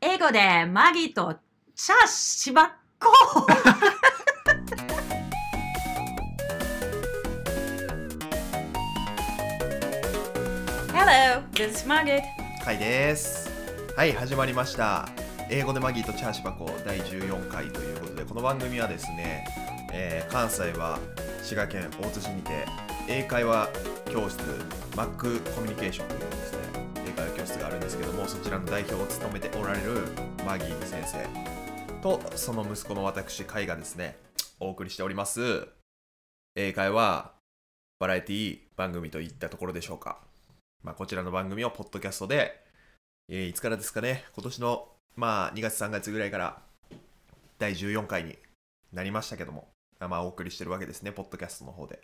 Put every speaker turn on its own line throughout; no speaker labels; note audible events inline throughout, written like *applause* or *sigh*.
後でマギとチャしばっこ Hello, this is Margit.
はいですはい始まりました英語でマギーとチャーシバコ第14回ということでこの番組はですね、えー関西は滋賀県大津市にて英会話教室マックコミュニケーションというですね英会話教室があるんですけどもそちらの代表を務めておられるマギー先生とその息子の私カイがですねお送りしております英会話バラエティ番組といったところでしょうかまあ、こちらの番組をポッドキャストで、えーいつからですかね、今年の、まあ、2月3月ぐらいから第14回になりましたけども、あまあ、お送りしてるわけですね、ポッドキャストの方で。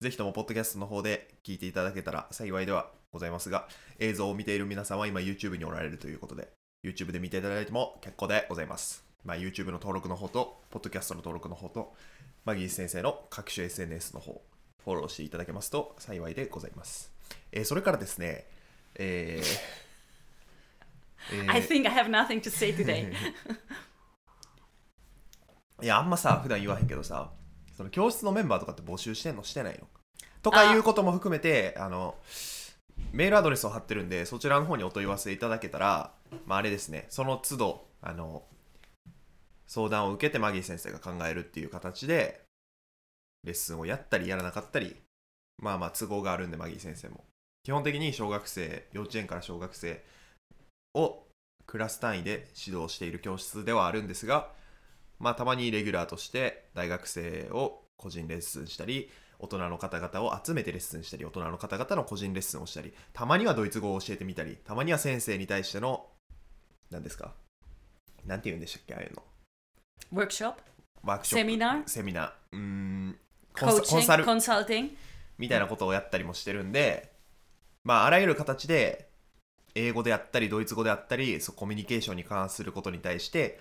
ぜひとも、ポッドキャストの方で聞いていただけたら幸いではございますが、映像を見ている皆さんは今 YouTube におられるということで、YouTube で見ていただいても結構でございます。まあ、YouTube の登録の方と、ポッドキャストの登録の方と、マギー先生の各種 SNS の方、フォローしていただけますと幸いでございます。えーそれからですね、えーえー
I think I have nothing to say *laughs* today.
いや、あんまさ、普段言わへんけどさ、その教室のメンバーとかって募集してんのしてないのとかいうことも含めて、あの、メールアドレスを貼ってるんで、そちらの方にお問い合わせいただけたら、まああれですね、その都度、あの、相談を受けてマギー先生が考えるっていう形で、レッスンをやったりやらなかったり、まあまあ都合があるんで、マギー先生も。基本的に小学生、幼稚園から小学生をクラス単位で指導している教室ではあるんですが、まあ、たまにレギュラーとして大学生を個人レッスンしたり大人の方々を集めてレッスンしたり大人の方々の個人レッスンをしたりたまにはドイツ語を教えてみたりたまには先生に対しての何ですかなんて言うんでしたっけああいうの
Workshop,
ワークショップ
セミナー、
セミナーうーんコンサ
coaching,
コンサル
consulting.
みたいなことをやったりもしてるんで、まあ、あらゆる形で、英語であったり、ドイツ語であったり、そうコミュニケーションに関することに対して、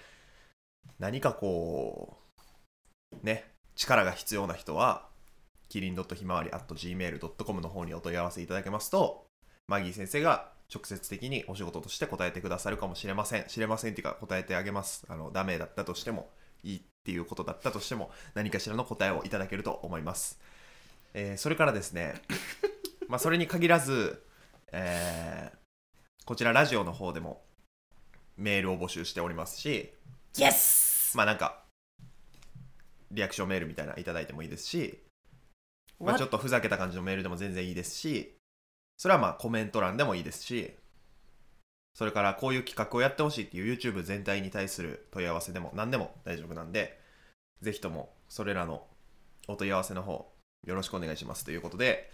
何かこう、ね、力が必要な人は、キリンひまわり .gmail.com の方にお問い合わせいただけますと、マギー先生が直接的にお仕事として答えてくださるかもしれません。知れませんっていうか答えてあげます。あの、ダメだったとしても、いいっていうことだったとしても、何かしらの答えをいただけると思います。えーそれからですね、まあ、それに限らず、えーこちらラジオの方でもメールを募集しておりますし、
Yes!
まあなんか、リアクションメールみたいなのいただいてもいいですし、まあ、
What?
ちょっとふざけた感じのメールでも全然いいですし、それはまあコメント欄でもいいですし、それからこういう企画をやってほしいっていう YouTube 全体に対する問い合わせでも何でも大丈夫なんで、ぜひともそれらのお問い合わせの方よろしくお願いしますということで、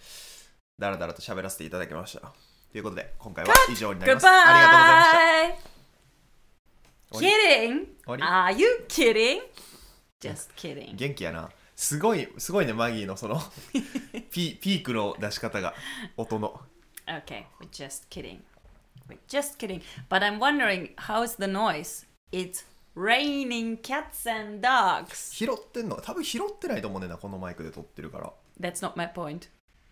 だらだらと喋らせていただきました。ということで、今回は以上になります。ありがとうございました。
Goodbye!
終わ
Kidding?
終わ
Are you kidding? Just kidding.
元気やなすごいすごいねマギーのそのピピークの出し方が音の
Okay, we're just kidding. We're just kidding. But I'm wondering, how's the noise? It's raining cats and dogs.
拾ってんの多分拾ってないと思うねんなこのマイクで撮ってるから
That's not my point.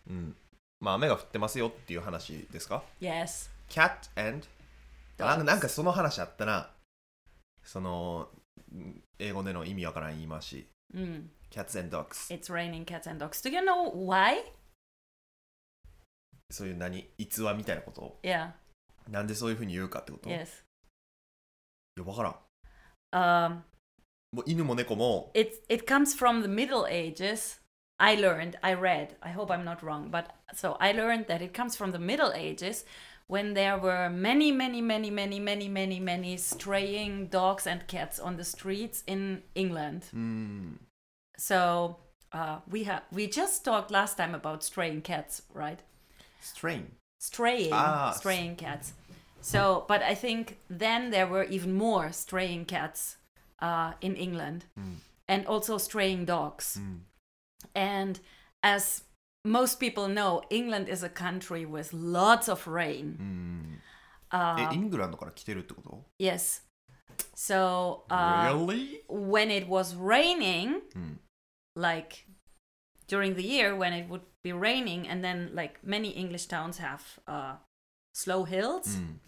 うんまあ雨が降ってますよっていう話ですか
Yes.
cat and あなんかその話あったなそのん英語での意味わからん言い回し
Mm.
cats and dogs
It's raining cats and dogs. Do you know why?
そういう何逸話みたいなことを
Yeah.
なんでそういうふうに言うかってこと、
Yes.
いやわからん
Um,
もう犬も猫も
it it comes from the Middle Ages. I learned, I read. I hope I'm not wrong, but so I learned that it comes from the Middle Ages, when there were many, many, many, many, many, many, many straying dogs and cats on the streets in England.
うーん
So uh, we have we just talked last time about straying cats, right?
strain
straying
Ah, s-
straying cats so but i think then there were even more straying cats uh, in england
Hmm.
and also straying dogs and as most people know england is a country with lots of rain
うーん
uh,
えイングランドから来てるってこと
yes so uh,
really?
when it was raining
うん。
like during the year when it would be raining and then like many english
Mm.
towns have uh, slow hills
うん。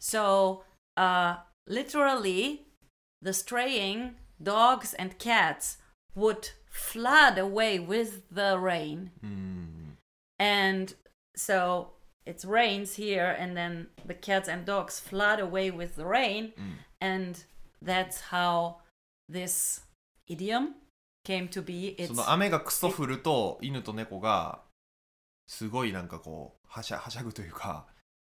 So, uh, literally the straying dogs and cats would flood away with the rain
うん。
and so it rains here and then the cats and dogs flood away with the rain
うん。
and that's how this idiom came to be
そ
it's
の雨がクソ降ると犬と猫がすごいなんかこうはしゃはしゃぐというか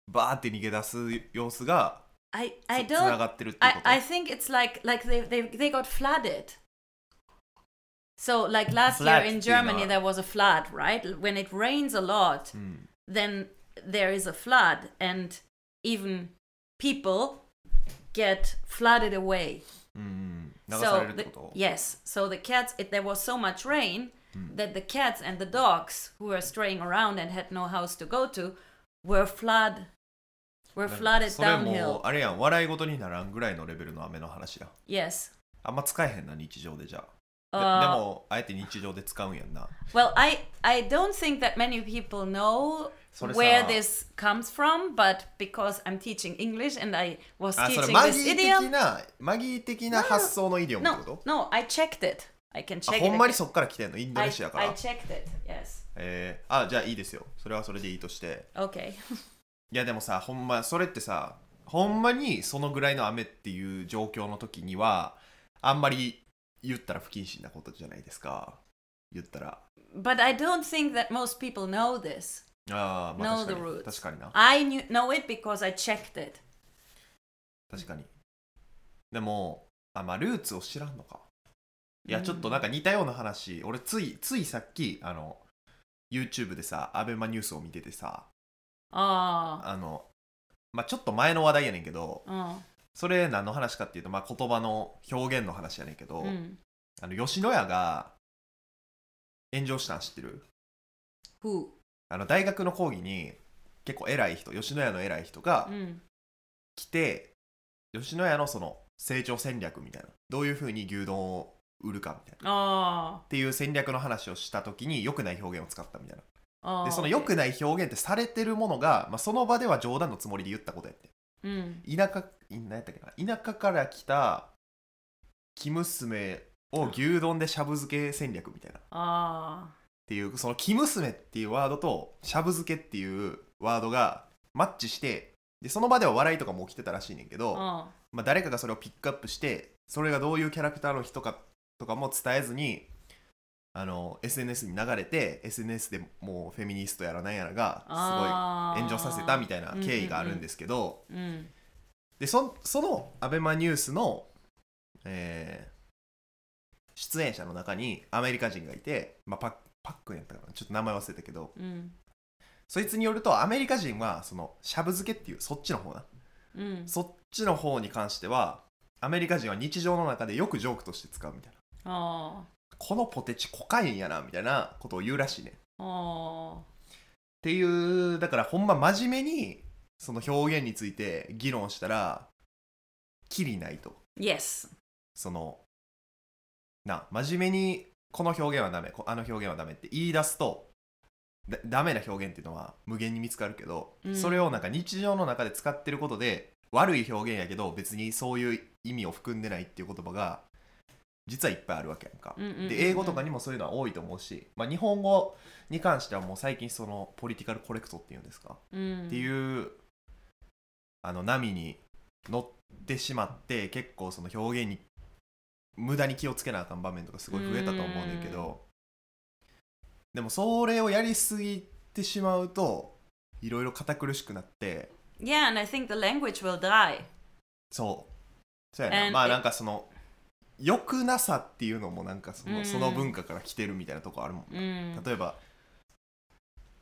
バーって逃げ出す様子が
i
つ
i
つな
don't
がってるっていう
I,
こと
I think it's like like they, they they got flooded. So like last
Flood
year in
っていうのは
Germany there was a flood, right? When it rains a lot,
うん、
then there is a flood and even people get flooded away.
うん、流さ
So
れるって
the,
こと、
yes, so the cats it, there was so much rain that the cats and the dogs who were straying around and had no house to go to were flood were
なんか
flooded
それも
downhill.
あれやん笑い事にならんぐらいのレベルの雨の話やん
Yes.
あんま使えへんな日常でじゃあで
Uh,
でもあえて日常で使うんやんな
Well, I I don't think that many people know
それさ
where this comes from, but because I'm teaching English and I was
あそれ
teaching
マギ
this
ー的
idiom,
なマギー的な発想のイディオムってこ
no, no,
と
I checked it. I can
あ
check
ほ
it.
んまにそっから来てんのインド
I,
ネシアから
I checked it. Yes.
えー、あじゃあいいですよそれはそれでいいとして
Okay.
いやでもさほんまそれってさほんまにそのぐらいの雨っていう状況の時にはあんまり言ったら不謹慎なことじゃないですか言ったら
But I don't think that most people know this.
あー、まあ
Know
確
the
か
roots.
に確かにな
I knew, know it because I checked it.
確かにでもあまあルーツを知らんのかいや
うん
ちょっとなんか似たような話俺ついついさっきあの YouTube でさアベマニュースを見ててさ
Oh.
あのまあちょっと前の話題やねんけど
oh.
それ何の話かっていうと、まあ、言葉の表現の話やねんけど、
Mm.
あの吉野家が炎上したん知ってる
Who?
あの大学の講義に結構偉い人吉野家の偉い人が
Mm.
来て、吉野家のその成長戦略みたいなどういうふうに牛丼を売るかみたいな
Oh.
っていう戦略の話をした時に良くない表現を使ったみたいな
Oh.
でその
okay.
良くない表現ってされてるものが、まあ、その場では冗談のつもりで言ったことやって
Mm.
田舎何やったっけな田舎から来た生娘を牛丼でしゃぶ漬け戦略みたいな
Oh.
っていうその「生娘」っていうワードと「しゃぶ漬け」っていうワードがマッチしてでその場では笑いとかも起きてたらしいねんけど、
Oh.
まあ、誰かがそれをピックアップしてそれがどういうキャラクターの人かとかも伝えずにあの SNS に流れて SNS でもうフェミニストやらなんやらが
ah.
すごい炎上させたみたいな経緯があるんですけど、
す。うんうん
でそそのアベマニュースの、えー出演者の中にアメリカ人がいて、まあ、パッパックンやったかなちょっと名前忘れたけど
うん
そいつによるとアメリカ人はそのしゃぶ漬けっていうそっちの方な
うん
そっちの方に関してはアメリカ人は日常の中でよくジョークとして使うみたいな
あ
このポテチコカインやなみたいなことを言うらしいねっ
ああ
ていうだからほんま真面目にその表現について議論したらキリないと
Yes
そのな真面目にこの表現はダメこあの表現はダメって言い出すとだダメな表現っていうのは無限に見つかるけど、
うん
それをなんか日常の中で使ってることで悪い表現やけど別にそういう意味を含んでないっていう言葉が実はいっぱいあるわけやんか、
うんうんうんうん
で英語とかにもそういうのは多いと思うし、まあ、日本語に関してはもう最近そのポリティカルコレクトっていうんですか、
うん
っていうあの波に乗ってしまって結構その表現に無駄に気をつけなあかん場面とかすごい増えたと思うねんけどでもそれをやりすぎてしまうといろいろ堅苦しくなって
Yeah and I think the language will die
そうそうやな
And
まあ
it-
なんかその良くなさっていうのもなんかその,、
うん
その文化から来てるみたいなとこあるもん、
うん
例えば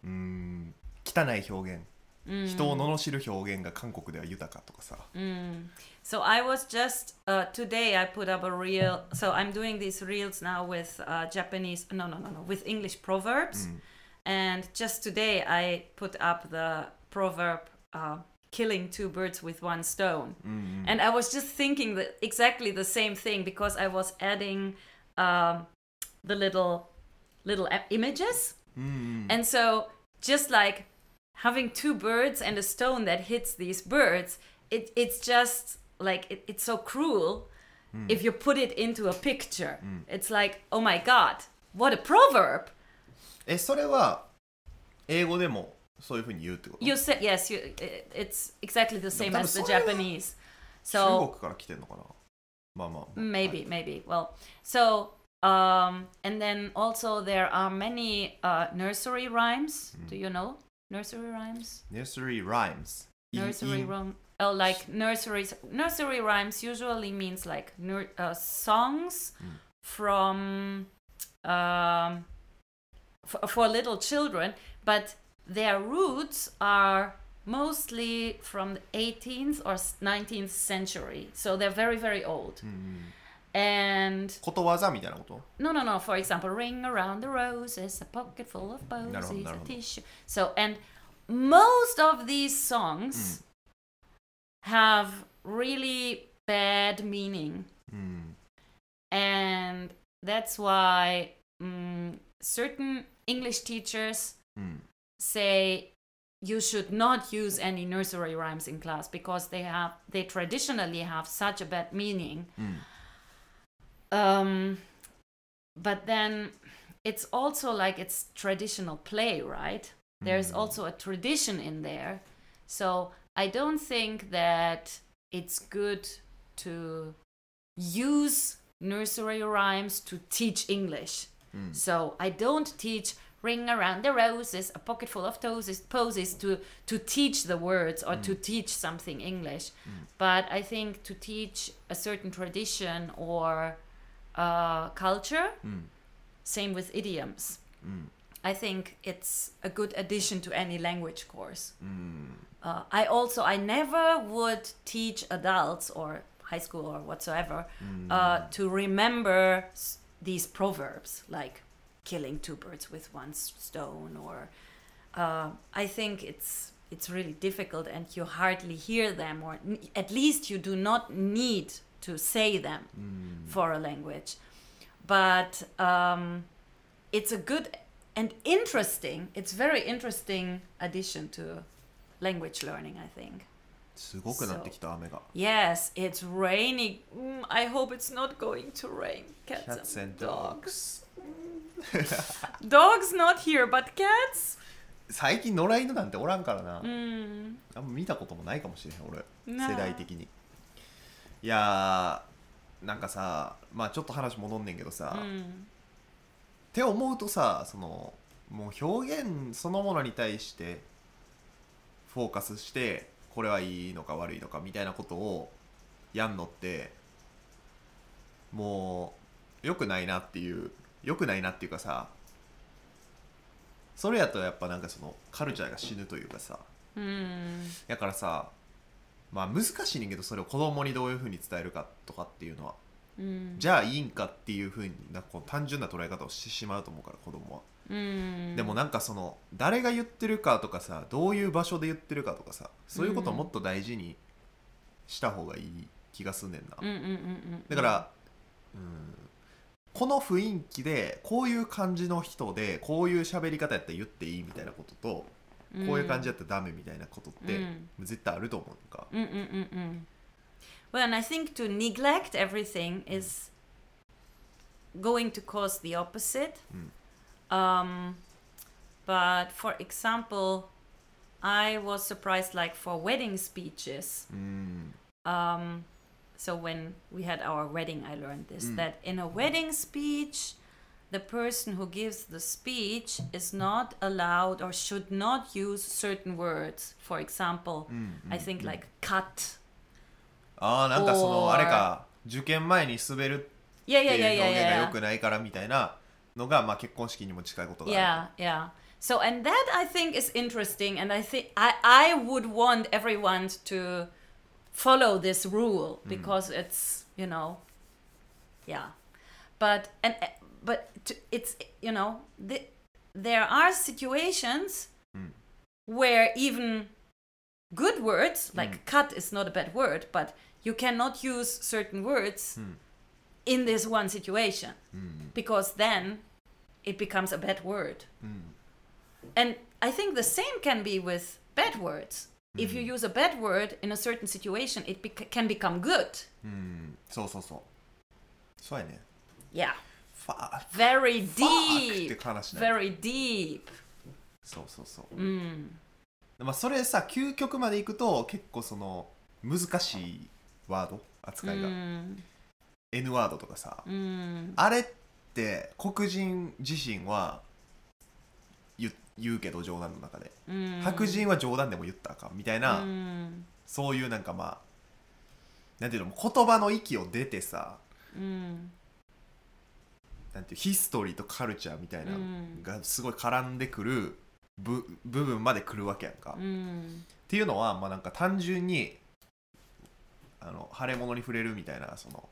うーん汚い表現
うん
人を罵る表現が韓国では豊かとかさ、
Mm. So I was just uh, today I put up a reel. So I'm doing these reels now with uh, Japanese. No, no, no, no. With English proverbs. And just today I put up the proverb uh, "killing two birds with one stone." And I was just thinking that exactly the same thing because I was adding um, the little little a- images. And so just like having two birds and a stone that hits these birds, it, it's just like it, it's so cruel if you put it into a picture.
Mm.
It's like, oh my god, what a proverb.
えそれは英語でもそういうふうに言うってこと
You said yes, you it, it's exactly the same as the
多分それは
Japanese.
中
So
国から来てんのかなまあまあ、
maybe maybe. Well, so um and then also there are many uh nursery rhymes. Do you know nursery rhymes?
Nursery rhymes In-
Nursery
in-
rhyme. Oh, like nurseries. Nursery rhymes usually means like nur- uh, songs from um, f- for little children, but their roots are mostly from the 18th or s- 19th century. So they're very very old. And
ことわざみたいなこと
no, no, no. For example, ring around the roses, a pocket full of posies, a
なるほど。
tissue. So, and most of these songs have really bad meaning,
うん、
and that's why mm, certain English teachers
うん、
say you should not use any nursery rhymes in class because they have they traditionally have such a bad meaning.
Mm.
Um, but then it's also like it's traditional play, right? There's also a tradition in there, so I don't think that it's good to use nursery rhymes to teach English. So I don't teach ring around the roses, a pocket full of toes poses to to teach the words or to teach something English. But I think to teach a certain tradition or uh, culture, same with idioms. I think it's a good addition to any language course. Uh, I also I never would teach adults or high school or whatsoever uh, to remember s- these proverbs like killing two birds with one s- stone or uh, I think it's it's really difficult and you hardly hear them or n- at least you do not need to say them for a language but um, it's a good and interesting it's very interesting addition to language learning i think
すごくなってきた雨が
yes it's raining mm, i hope it's not going to rain cats,
Cats
and
and
dogs
dogs
dogs not here but cats
最近野良犬なんておらんからな、
mm.
あんま見たこともないかもしれへん俺
なあ
世代的にいやーなんかさまあちょっと話戻んねんけどさ、っ
Mm.
て思うとさそのもう表現そのものに対してフォーカスしてこれはいいのか悪いのかみたいなことをやんのってもう良くないなっていう良くないなっていうかさそれやとやっぱなんかそのカルチャーが死ぬというかさ、
Mm.
だからさまあ難しいねんけどそれを子供にどういうふうに伝えるかとかっていうのは
Mm.
じゃあいいんかっていうふうになんかこう単純な捉え方をしてしまうと思うから子供は、
Mm.
でもなんかその誰が言ってるかとかさどういう場所で言ってるかとかさそういうことをもっと大事にした方がいい気がすんねんな、
Mm, mm, mm, mm,
だから、うん、この雰囲気でこういう感じの人でこういう喋り方やったら言っていいみたいなことと
mm.
こういう感じやったらダメみたいなことって
うん
絶対あると思うねんか、
Mm, mm, mm, mm. Well, and I think to neglect everything is going to cause the opposite. Um, but for example, I was surprised, like for wedding speeches.
うん、
Um, so when we had our wedding, I learned this that in a wedding speech, the person who gives the speech is not allowed or should not use certain words. For example,
うんうん
I think like cut.
ああなんかそ
Or-
のあれか受験前に滑るっ
Yeah, yeah,
ていう
yeah, yeah,
表現が
yeah.
良くないからみたいなのが、まあ、結婚式にも近いことがある
Yeah, yeah. So and that I think is interesting, and I think I I would want everyone to follow this rule because it's you know, yeah. But and eh, but to, it's you know the, there are situations where even good words like cut is not a bad word, but you cannot use certain words in this one situation because then it becomes a bad word. And I think the same can be with bad words. if you use a bad word in a certain situation, it bec- can become good.
うんそうそうそうそうやね
Yeah.
ファー
Very
ファークっ
deep.
て話なんや
Very deep.
そうそうそう、
Mm.
まあ、それさ究極までいくと結構その難しいワード扱いが、
Mm.
N ワードとかさ、
Mm.
あれって黒人自身は言う言うけど冗談の中で、
Mm.
白人は冗談でも言ったらあかんみたいな、
Mm.
そういうなんかまあなんていうの言葉の域を出てさ
Mm.
なんていうヒストリーとカルチャーみたいな
うん
がすごい絡んでくる部部分まで来るわけやんか。っ
Mm.
ていうのはまあなんか単純にあの腫れ物に触れるみたいなその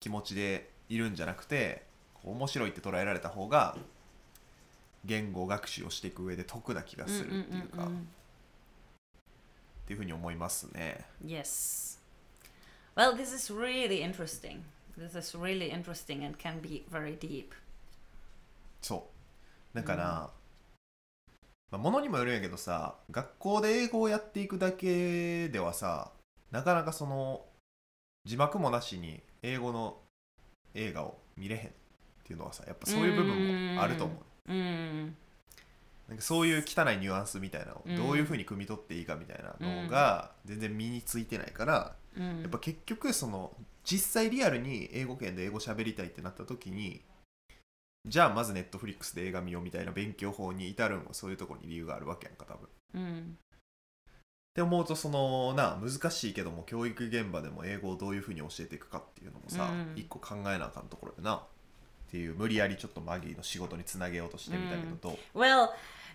気持ちでいるんじゃなくてこう面白いって捉えられた方が言語学習をしていく上で得な気がす
Mm,
るっ
mm,
ていう
mm,
かっ
mm.
ていうふうに思いますね。
Yes. Well, this is really interesting. This is really interesting and can be very deep.
そうだから、まあ、ものにもよるんやけどさ学校で英語をやっていくだけではさなかなかその字幕もなしに英語の映画を見れへんっていうのはさやっぱそういう部分もあると思う
Mm.
なんかそういう汚いニュアンスみたいなのを
うん
どういうふうに汲み取っていいかみたいなのが全然身についてないから
Mm.
やっぱ結局その実際リアルに英語圏で英語喋りたいってなった時にじゃあまずネットフリックスで映画見ようみたいな勉強法に至るのもそういうところに理由があるわけやんか多分。っ
Mm.
て思うとそのな難しいけども教育現場でも英語をどういうふうに教えていくかっていうのもさ、
うん
一個考えなあかんところよなっていう無理やりちょっとマギーの仕事につなげようとしてみたけどどう、
Well,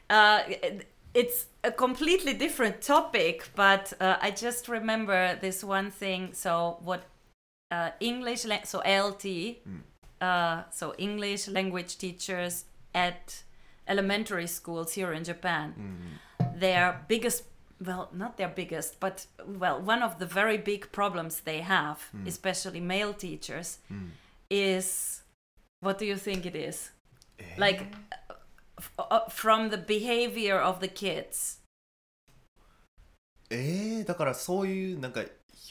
uh, it- it's a completely different topic, but uh, I just remember this one thing. So, what uh, English, la- so LT,
Mm.
uh, so English language teachers at elementary schools here in Japan,
うん
their biggest well not their biggest but well one of the very big problems they have especially male teachers
うん、
is what do you think it is
えー
like uh, f- uh, from the behavior of the kids
えー、だからそういうなんか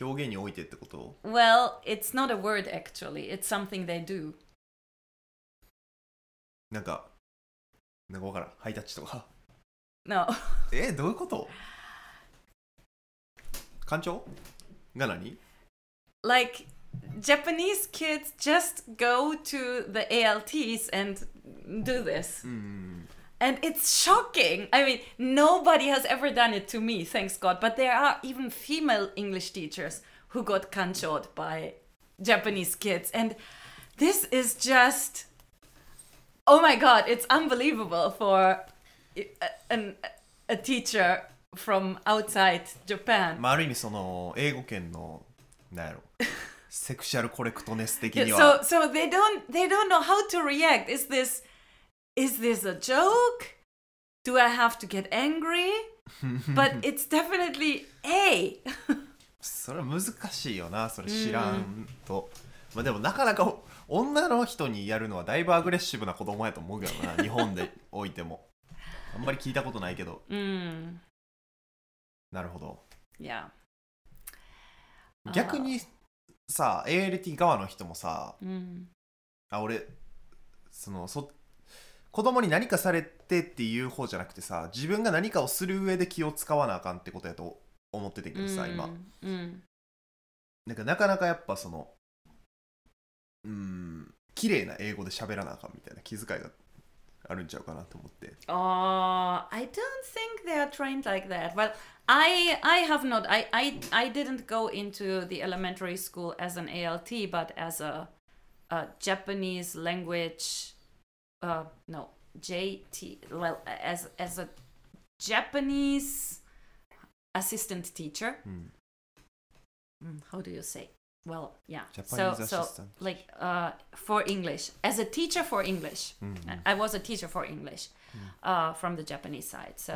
表現においてってこと
well it's not a word actually it's something they do
なんかなんかわからんハイタッチとか
no *laughs*
えー、どういうこと感情が何
like japanese kids just go to the alts and do this
うん、
And it's shocking. I mean, nobody has ever done it to me, thanks God. But there are even female English teachers who got kanchoed by Japanese kids. And this is just. Oh my God, it's unbelievable for a, an, a teacher from outside Japan.
まあ、ある意味その英語圏のなんやろセクシャルコレクトネス的
Yeah,
に
so
は
so they don't they don't know how to react. Is this is this a joke? Do I have to get angry? but it's definitely a.
それは難しいよなそれ知らんと、まあ、でもなかなか女の人にやるのはだいぶアグレッシブな子供やと思うけど
*laughs*
な日本でおいてもあんまり聞いたことないけど
Mm,
なるほど
yeah. あー
逆にさ ALT 側の人もさ
Mm,
あ俺そのそ子供に何かされてっていう方じゃなくてさ自分が何かをする上で気を使わなあかんってことやと思っててけどさ、今
mm, mm,
なんかなかなかやっぱそのうーん綺麗な英語で喋らなあかんみたいな気遣いがあるんちゃうかなと思って
Oh, I don't think they are trained like that. Well, I I have not. I I I didn't go into the elementary school as an ALT, but as a, a Japanese language. Uh, no, JT. Well, as as a Japanese assistant teacher.
Mm.
Mm, how do you say? Well, yeah.
Japanese
so so
assistant.
like uh, for English as a teacher for English.
うん
I- I was a teacher for English
Mm.
uh, from the Japanese side. So,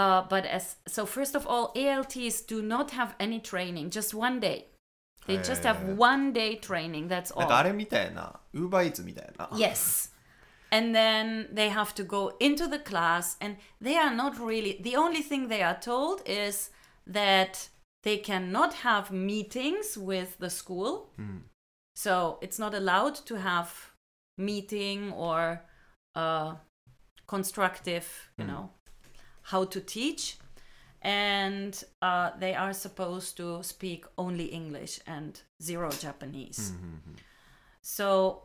uh, but as so, first of all, ALTs do not have any training. Just one day. They just have
Eh.
one day training. That's
なんかあ
all.
れみたいなウーバーイーツみたいな
Yes. And then they have to go into the class, and they are not really. The only thing they are told is that they cannot have meetings with the school.
うん
So it's not allowed to have meeting or uh, constructive, you
Mm.
know, how to teach. And uh, they are supposed to speak only English and zero
うん
Japanese.
うん
So,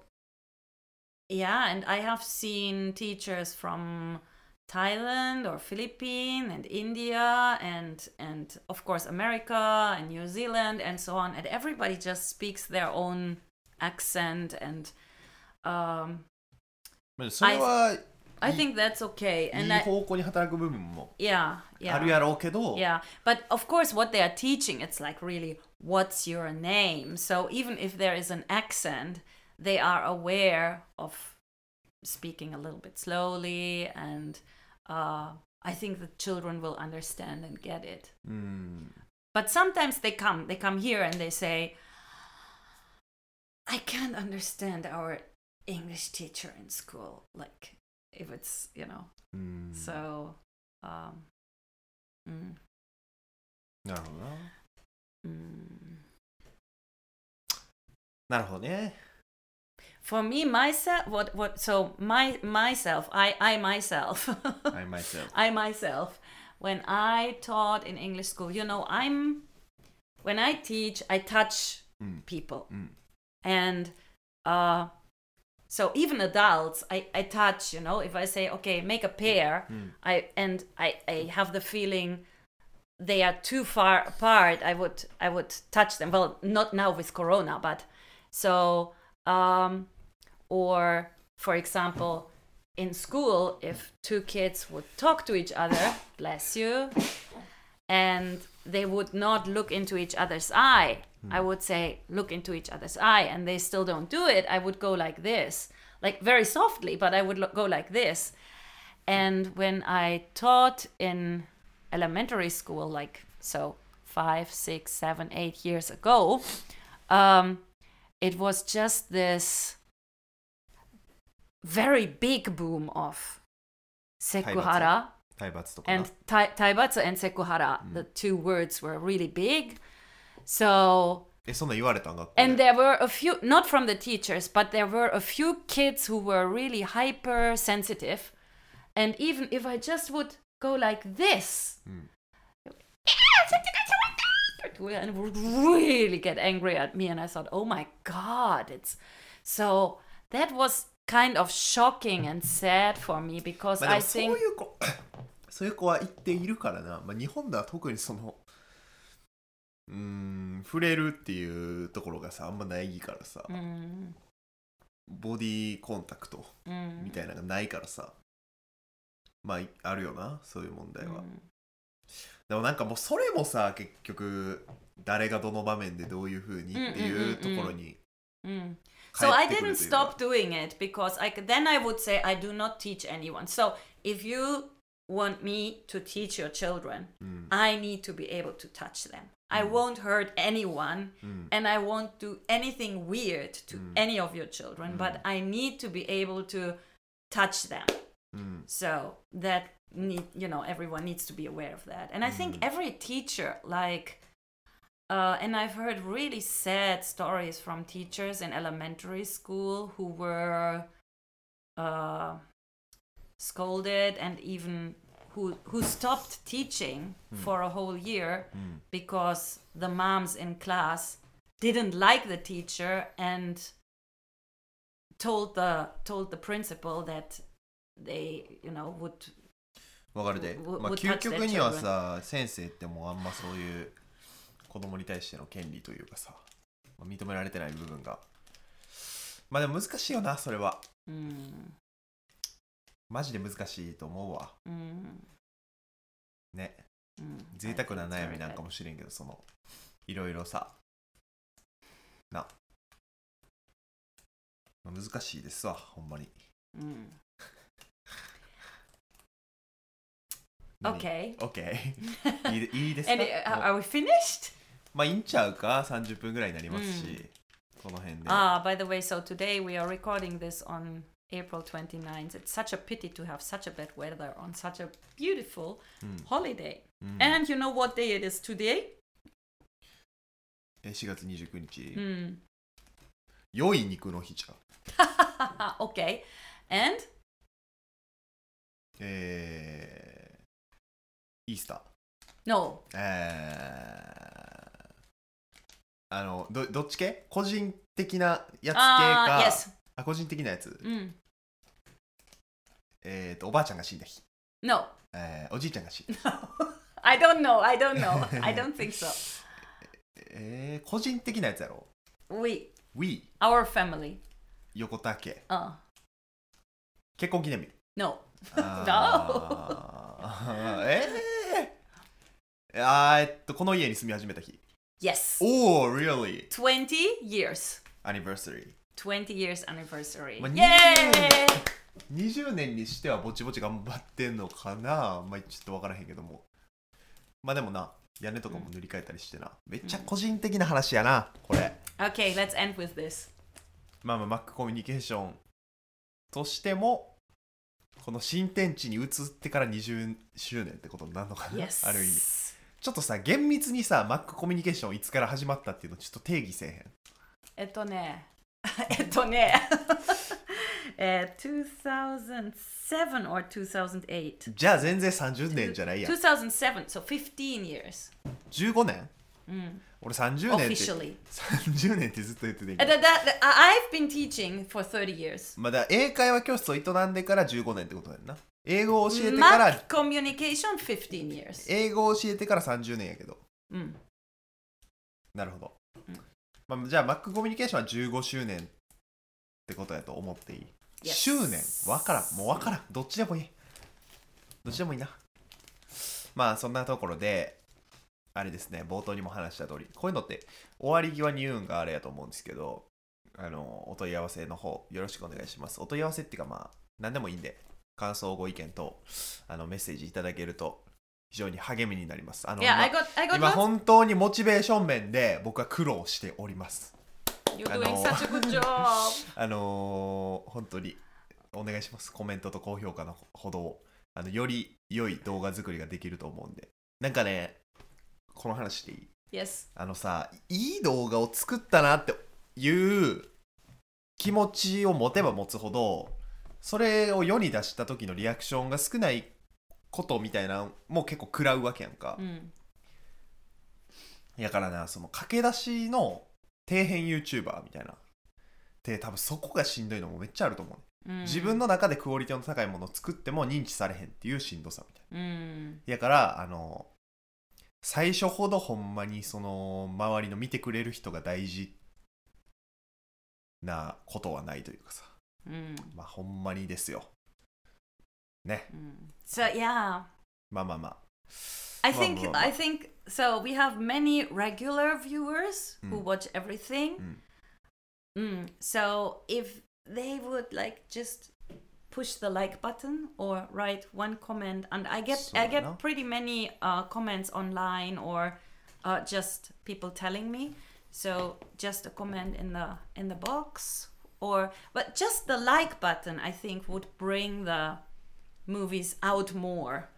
yeah, and I have seen teachers from Thailand or Philippines and India and and of course America and New Zealand and so on. And everybody just speaks their own accent, and um,
まあそれは
I
Ye-
think that's okay.
いい
And I,
方向に働く部分も
yeah,
あ
yeah.
るやろうけど、
Yeah, but of course, what they are teaching, it's like really, what's your name? So even if there is an accent, they are aware of speaking a little bit slowly, and uh, I think the children will understand and get it.
うん、
But sometimes they come, they come here and they say, I can't understand our English teacher in school. Like, if it's, you know,
うん
so. Um, mm,
なるほどな
mm.
なるほどね
for me myself what what so my myself i i myself *laughs*
I myself
i myself when i taught in english school you know i'm when i teach i touch
Mm.
people
Mm.
and uh so even adults i i touch you know if i say okay make a pair
Mm.
i and i i have the feeling they are too far apart i would i would touch them well not now with corona but so um or for example in school if two kids would talk to each other bless you and they would not look into each other's eye i would say look into each other's eye and they still don't do it i would go like this like very softly but i would lo- go like this and when i taught in elementary school like so five six seven eight years ago um, it was just this very big boom of sekuhara
体罰とかな
and tai- taibatsu and sekuhara the two words were really big so
えそんなん言われたん学校で
and there were a few, not from the teachers, but there were a few kids who were really hypersensitive. And even if I just would go like this, *laughs* and would really get angry at me. And I thought, oh my God, it's so that was kind of shocking and sad for me because
まあ、で
I
もそうい
think,
う子 *coughs* そういう子は一定いるからな、まあ、日本では特にそのうーん触れるっていうところがさあんまないからさ、
Mm,
ボディコンタクト
mm,
みたいなのがないからさ、まあいあるよなそういう問題は、
mm.
でもなんかもうそれもさ結局誰がどの場面でどういうふうにっていうところに
Mm.
帰
So I
ってくる
didn't
というか
stop doing it because I c- then I would say I do not teach anyone. So if you want me to teach your children, I need to be able to touch them. I won't hurt anyone and I won't do anything weird to any of your children, but I need to be able to touch them. So that need, you know, everyone needs to be aware of that. And I think every teacher like uh, and I've heard really sad stories from teachers in elementary school who were uh, scolded and even who who stopped teaching for a whole year because the moms in class didn't like the teacher and told the told the principal that they you know would
わかるで、
Would-
まあ、
would touch
究極にはさ先生ってもうあんまそういう子供に対しての権利というかさ、まあ認められてない部分がまあでも難しいよなそれは
mm,
マジで難しいと思うわ
mm,
ね
mm,
贅
I
沢
think
な
it's
悩
very
みなん
bad.
かもしれんけどそのいろいろさな、まあ、難しいですわほんまに
Mm.
何
Okay. *laughs*
OK いいでいいですか
And uh, are
もう
we finished?
まあいいんちゃうか30分ぐらいになりますし、この辺で
Ah, by the way, so today we are recording this on April 29th. It's such a pity to have such a bad weather on such a beautiful holiday.
Hmm.
And you know what day it is today?
え4月29日、良い肉の日じゃん
Hmm. *laughs* okay. And
えー、イースター
no,
えー、あのどどっち系個人的なやつ系か
Ah, yes.
あ個人的なやつ、
Mm.
えー、とおばあちゃんが死んだ日、
No, *laughs*
えー、おじいちゃんが死んだ日
I don't know. I don't know. I don't think so.
えー、個人的なやつやろ
We,
We
our family.
横田家
Uh,
結婚記念日
no.
Ah.
*laughs*
*laughs* あーえー、あーえっとこの家に住み始めた日
Yes.
おお really
20 years.
anniversary
20 years anniversary.
Well,
Yay!
20年にしてはぼちぼち頑張ってんのかなまあちょっと分からへんけどもまあでもな屋根とかも塗り替えたりしてな、めっちゃ個人的な話やなこれ
Okay, let's end with this.
まあまあマックコミュニケーションとしてもこの新天地に移ってから20周年ってことになるのかな、
Yes.
ある意味
*laughs*
ちょっとさ厳密にさマックコミュニケーションいつから始まったっていうのちょっと定義せえへん
えっと *laughs* ね、えっとね、 *laughs* えー、2007 or 2008.
じゃあ全然30年じゃないやん
2007, so 15 years.
15年、俺30年って
Officially.
30年ってずっと言ってて
えだだだ I- I've been teaching for 30 years.
まあだから英会話教室を営んでから15年ってことだよな英語を教えてから
Math communication 15 years. Mm,
英語を教えてから30年やけど
うん、
なるほど、まあ、じゃあマックコミュニケーションは15周年ってことやと思っていい、
Yes
周年わからんもうわからんどっちでもいいどっちでもいいなまあそんなところであれですね冒頭にも話した通りこういうのって終わり際に言うんがあれやと思うんですけどあのお問い合わせの方よろしくお願いしますお問い合わせっていうかまあ何でもいいんで感想ご意見とあのメッセージいただけると非常に励みになりますあの
Yeah,
まあ
I got, I got
今
lots.
本当にモチベーション面で僕は苦労しております。
You're
あ
doing
の
such a good job.
*laughs* あのー本当にお願いします。コメントと高評価のほどをあのより良い動画作りができると思うんで。なんかね、この話していい
Yes.
あのさ、いい動画を作ったなっていう気持ちを持てば持つほど、それを世に出した時のリアクションが少ないことみたいなのも結構食らうわけやんか。
うん、
やからな、その駆け出しの底辺 YouTuber みたいな。で、多分そこがしんどいのもめっちゃあると思う、ね
うん
自分の中でクオリティの高いものを作っても認知されへんっていうしんどさみたい
うん、
な。やから、あの、最初ほどほんまにその周りの見てくれる人が大事なことはないというかさ。
うん、
まあほんまにですよ。ね。
うん。So yeah.
まあまあまあ。
I
まあ
think
まあまあ
I think so. We have many regular viewers who
Mm.
watch everything.
Mm.
Mm, So if they would like just push the like button or write one comment, and I get I
So,
get
no?
pretty many uh, comments online or uh, just people telling me. So just a comment in the in the box or but just the like button I think would bring the movies out more.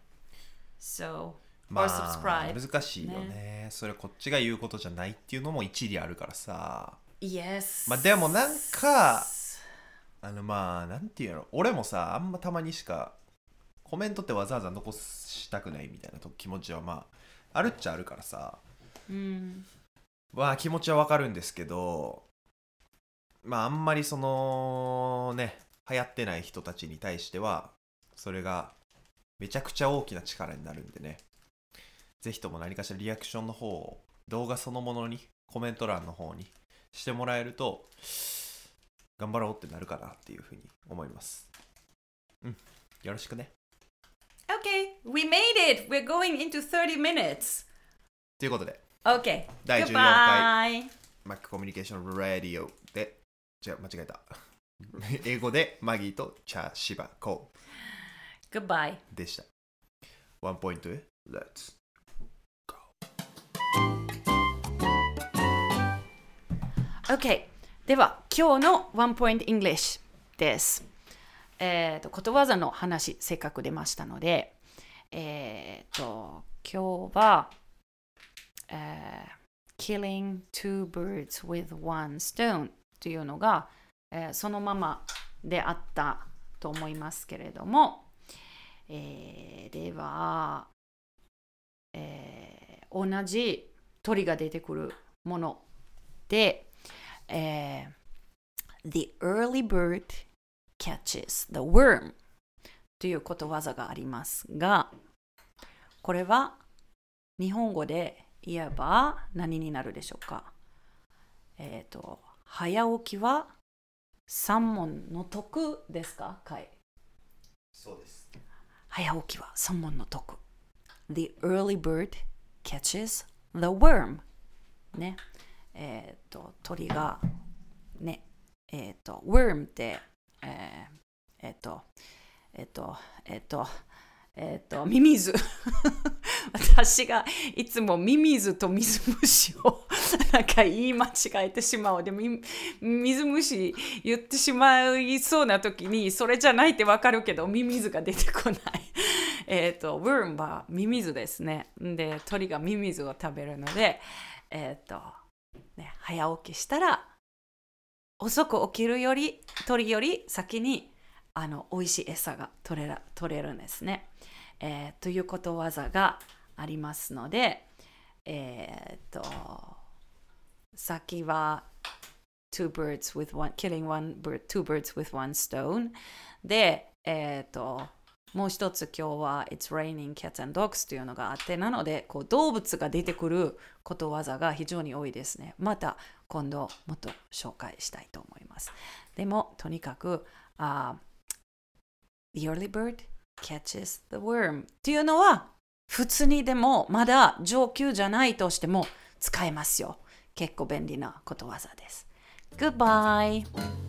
So
ま
or
あ
subscribe.
難しいよねそれこっちが言うことじゃないっていうのも一理あるからさ
Yes.
まあでもなんかあのまあなんていうの俺もさあんまたまにしかコメントってわざわざ残したくないみたいなと気持ちはまああるっちゃあるからさ
Mm.
まあ気持ちはわかるんですけどまああんまりそのね流行ってない人たちに対してはそれがめちゃくちゃ大きな力になるんでねぜひとも何かしらリアクションの方を動画そのものにコメント欄の方にしてもらえると頑張ろうってなるかなっていうふうに思いますうんよろしくね
Okay, we made it. We're going into 30 minutes.
ということで
Okay.
第14
Goodbye.
回マックコミュニケーション・ラディオで、違う、間違えた。 *laughs* 英語でマギーとチャーシバコ
Goodbye.
でした。ワンポイントへ、Let's go.
Okay. では今日のワンポイント English です。えーとことわざの話せっかく出ましたので、えーと今日は、えー Killing two birds with one stone というのが、えーそのままであったと思いますけれども、えーでは、えー同じ鳥が出てくるもので、えー The early bird catches the worm ということわざがありますがこれは日本語で言えば何になるでしょうかえっ、と早起きは三問の得ですかかい
そうです
早起きは三問の得 The early bird catches the worm ねえっ、と鳥がねえっ、と worm ってえーえっ、とえっ、とえっ、とえっ、とミミズ *laughs* 私がいつもミミズと水虫を *laughs* なんか言い間違えてしまうでみ水虫言ってしまいそうな時にそれじゃないってわかるけどミミズが出てこない *laughs* えっとウームはミミズですねで鳥がミミズを食べるのでえっ、と、ね、早起きしたら遅く起きるより鳥より先にあの美味しい餌が取れら取れるんですね、えーということわざがありますのでえーっと先は two birds with one killing one bird two birds with one stone でえーっともう一つ今日は It's raining cats and dogs というのがあってなのでこう動物が出てくることわざが非常に多いですねまた今度もっと紹介したいと思いますでもとにかくあー The early bird catches the worm っていうのは普通にでもまだ上級じゃないとしても使えますよ結構便利なことわざです Goodbye!